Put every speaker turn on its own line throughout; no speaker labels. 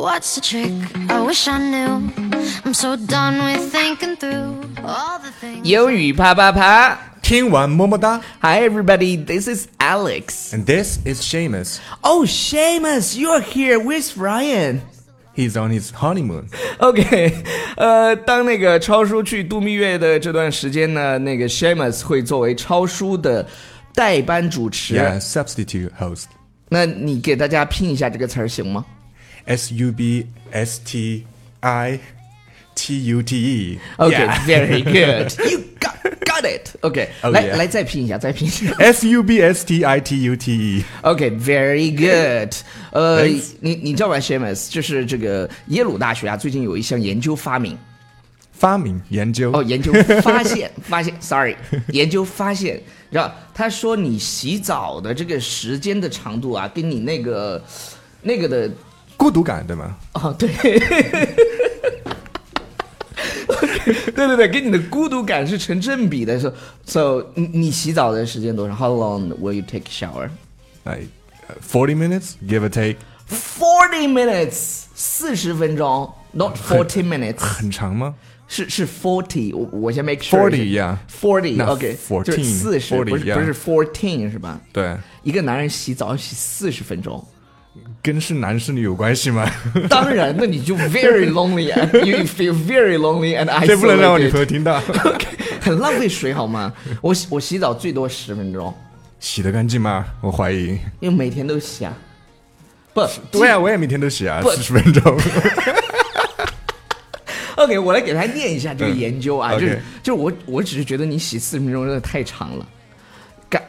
What's the trick? I wish I knew. I'm so done with thinking through all the things.
英语啪啪啪
听完么么哒
！Hi everybody, this is Alex.
，and this is Seamus.
Oh, Seamus, you're here. Where's Ryan?
He's on his honeymoon.
OK，呃，当那个超叔去度蜜月的这段时间呢，那个 Seamus 会作为超叔的代班主持。
Yeah, substitute host.
那你给大家拼一下这个词儿行吗
S U B S T I T U T E.
？OK，very、good. You got got it. OK，、
Oh,
来
yeah.
来再拼一下，再拼一下。
S U B S T I T U T E.
OK，very、good。呃
Thanks，
你你叫完 Seamus，就是这个耶鲁大学啊，最近有一项研究发明
发明研究
哦，研究发现发现，sorry，研究发现，你知道他说你洗澡的这个时间的长度啊，跟你那个那个的
孤独感对吗？
哦，对。 对对对，跟你的孤独感是成正比的。So, so 你你洗澡的时间多长？How long will you take a shower?
Like uh, forty minutes, give or take.
Forty minutes，四十分钟，not forty minutes，
很长吗？
是是 forty，我我先 make sure。
40，yeah
forty
那
OK，
14
就是四十，
40
不是不
yeah
是 fourteen 是吧？
对，
一个男人洗澡要洗四十分钟，
跟是男是女有关系吗？
当然，那你就 very lonely and you feel very lonely and isolated。
这不能让我女朋友听到。
OK，很浪费水好吗？我洗我洗澡最多十分钟，
洗得干净吗？我怀疑。
因为每天都洗啊。不，
对啊，我也每天都洗啊，
不
四十分钟。
OK，我来给大家念一下这个研究啊，
嗯
就是
OK
就是我我只是觉得你洗四十分钟真的太长了，感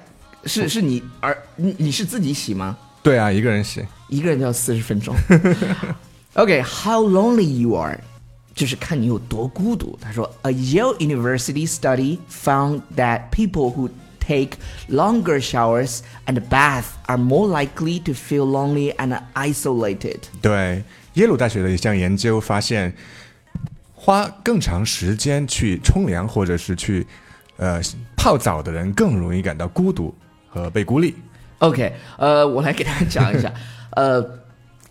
是是你而你你是自己洗吗？
对啊，一个人洗。
一个人就要四十分钟。OK，how、lonely you are，就是看你有多孤独。他说，A Yale University study found that people who take longer showers and bath are more likely to feel lonely and isolated。
对，耶鲁大学的一项研究发现，花更长时间去冲凉或者是去呃泡澡的人，更容易感到孤独和被孤立。
OK，呃，我来给大家讲一下，呃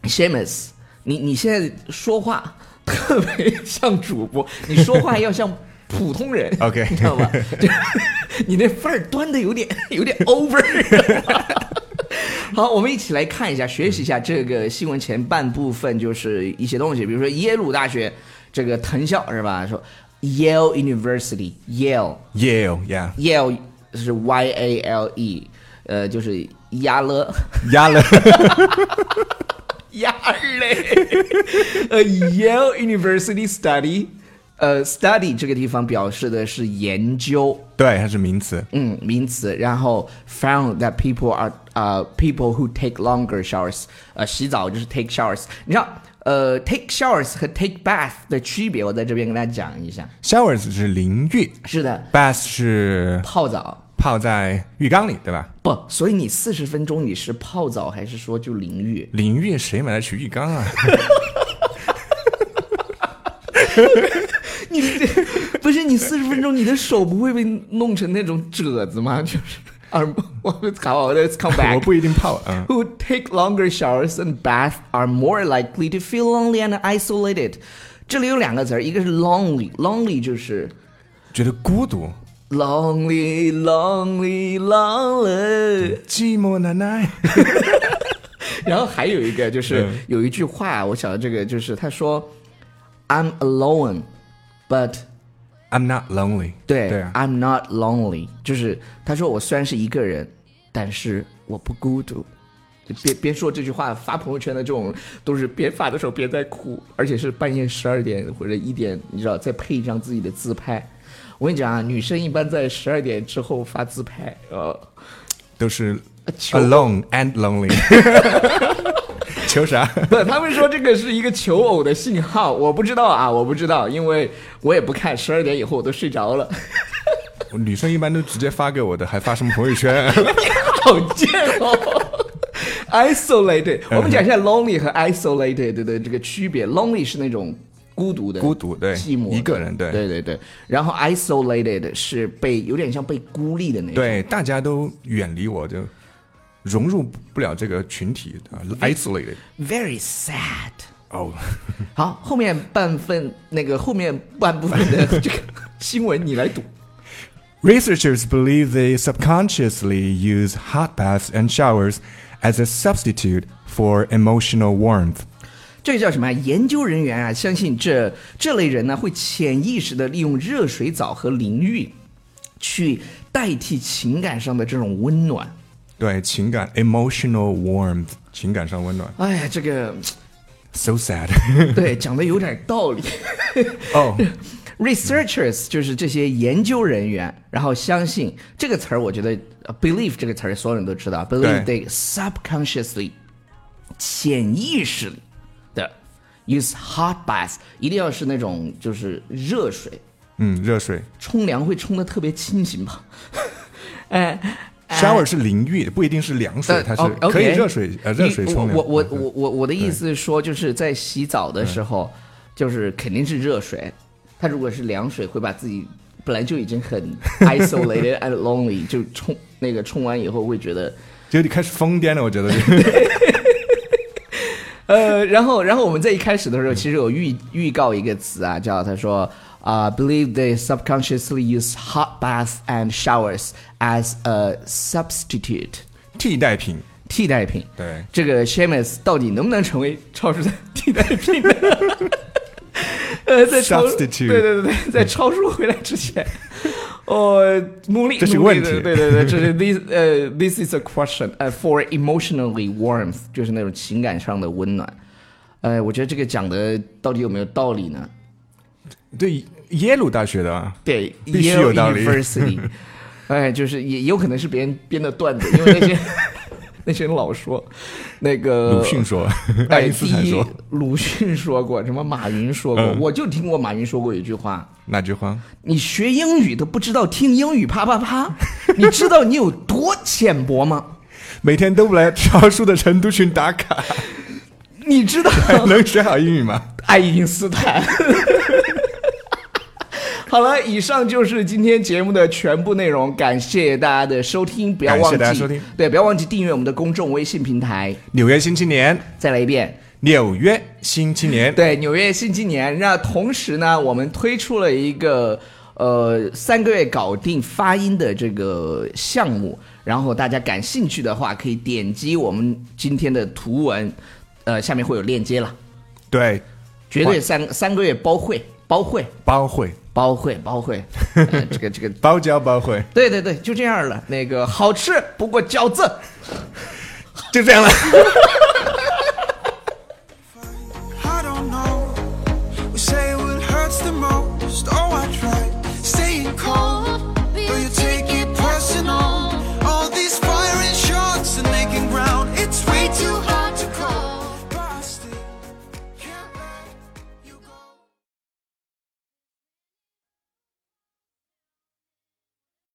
，Shamus，你你现在说话 特别像主播，你说话要像普通人
OK
你知道吧？就你那范儿端的有点有点 over 你知道吧。 好，我们一起来看一下，学习一下这个新闻前半部分，就是一些东西，比如说耶鲁大学这个藤校是吧？说 Yale University，Yale。
Yale，yeah，
Yale 是 Y A L E，呃，就是压了
压了。
压嘞。 呃，Yale University study，呃，study 这个地方表示的是研究，
对，它是名词。
嗯，名词。然后 found that people are 呃、people who take longer showers，呃，洗澡就是 take showers。你知道，呃，take showers 和 take bath 的区别，我在这边跟大家讲一下。
Showers 是淋浴
是的，
，bath 是
泡澡。
泡在浴缸里，对吧？
不，所以你四十分钟你是泡澡还是说就淋浴？
淋浴谁买得起浴缸啊？
你这不是你四十分钟，你的手不会被弄成那种褶子吗？ 就是而我好我 let's come
我
back。
不一定泡，嗯。
Who take longer showers and bath are more likely to feel lonely and isolated。这里有两个词儿，一个是 lonely，lonely 就是
觉得孤独，
lonely，lonely，lonely。
寂寞难耐。
然后还有一个就是
嗯
有一句话，我想到这个就是他说，I'm alone，but
I'm not lonely
对
对啊
i m not lonely，就是他说我虽然是一个人，但是我不孤独。就别别说这句话，发朋友圈的这种都是边发的时候边在哭，而且是半夜十二点或者一点，你知道，再配一张自己的自拍。我跟你讲啊，女生一般在十二点之后发自拍，呃，
都是
求
alone and lonely。求啥？
不，他们说这个是一个求偶的信号，我不知道啊，我不知道，因为我也不看，十二点以后我都睡着了，
女生一般都直接发给我的，还发什么朋友圈？
好贱哦。Isolated，我
嗯
们讲一下 lonely 和 isolated 的这个区别。Lonely 是那种孤独的、
孤独对
寂寞的、
一个人对
对对对。然后 isolated 是被有点像被孤立的那种。
对，大家都远离我，就融入不了这个群体啊，isolated。
，very sad。
哦，
好，后面半份那个后面半部分的这个新闻你来读。
Researchers believe they subconsciously use hot baths and showers as a substitute for emotional warmth.
这叫什么啊？研究人员啊，相信这这类人呢，会潜意识的利用热水澡和淋浴，去代替情感上的这种温暖。
对情感 emotional warmth 情感上温暖
哎呀，这个
，so sad
对讲的有点道理。
哦，
Researchers 就是这些研究人员，然后相信这个词儿，我觉得呃 believe 这个词儿所有人都知道，believe they
对
subconsciously 潜意识里的 use hot bath，一定要是那种就是热水，
嗯，热水
冲凉会冲的特别清醒吧？哎，
shower 是淋浴，不一定是凉水，它
但哦
是可以
OK
热水呃热水
你
冲凉。
我我我我我我的意思是说，就是在洗澡的时候，就是肯定是热水，它如果是凉水，会把自己本来就已经 很 isolated and lonely，就冲那个冲完以后会觉得。
就有点开始疯癫了，我觉得。
呃，然后，然后我们在一开始的时
嗯
候，其实有预预告一个词啊，叫他说啊、b e l i e v e they subconsciously use hot baths and showers as a substitute
替代品，
替代品。
对，
这个 Shamus 到底能不能成为超市的替代品 呢？呃，在超
Substitute
对对对对，在超叔回来之前，哦，努力，
这是个
努力
问
地
题
对对对，这 是 this 呃、this is a question 呃、for emotionally warmth，就是那种情感上的温暖。呃，我觉得这个讲的到底有没有道理呢？
对耶鲁大学的啊，
对，
必须有道
Yale
理
University，哎，就是也也有可能是别人编的段子，因为那些 那些人老说那个
鲁 迅说，爱
哎，
因斯
第
坦
一
说，
鲁迅说过，什么马云说过，
嗯
我就听过马云说过一句话：
哪句话？
你学英语都不知道听英语啪啪 啪，你知道你有多浅薄吗？
每天都不来超叔的成都群 打卡，
你知 道
还能学好英语吗？
爱因斯坦。 好了，以上就是今天节目的全部内容，感谢大家的收听，不要
感谢
忘
大家
记
收听
对，不要忘记订阅我们的公众微信平台。
纽约新青年，
再来一遍，
纽约新青年，
对，纽约新青年。那同时呢，我们推出了一个呃三个月搞定发音的这个项目，然后大家感兴趣的话，可以点击我们今天的图文，呃，下面会有链接了。
对，
绝对三三个月包会，包会，
包会，
包会，包会。呃、这个这个，
包教包会，
对对对，就这样了。那个好吃不过饺子，
就这样了。
I don't know Oh,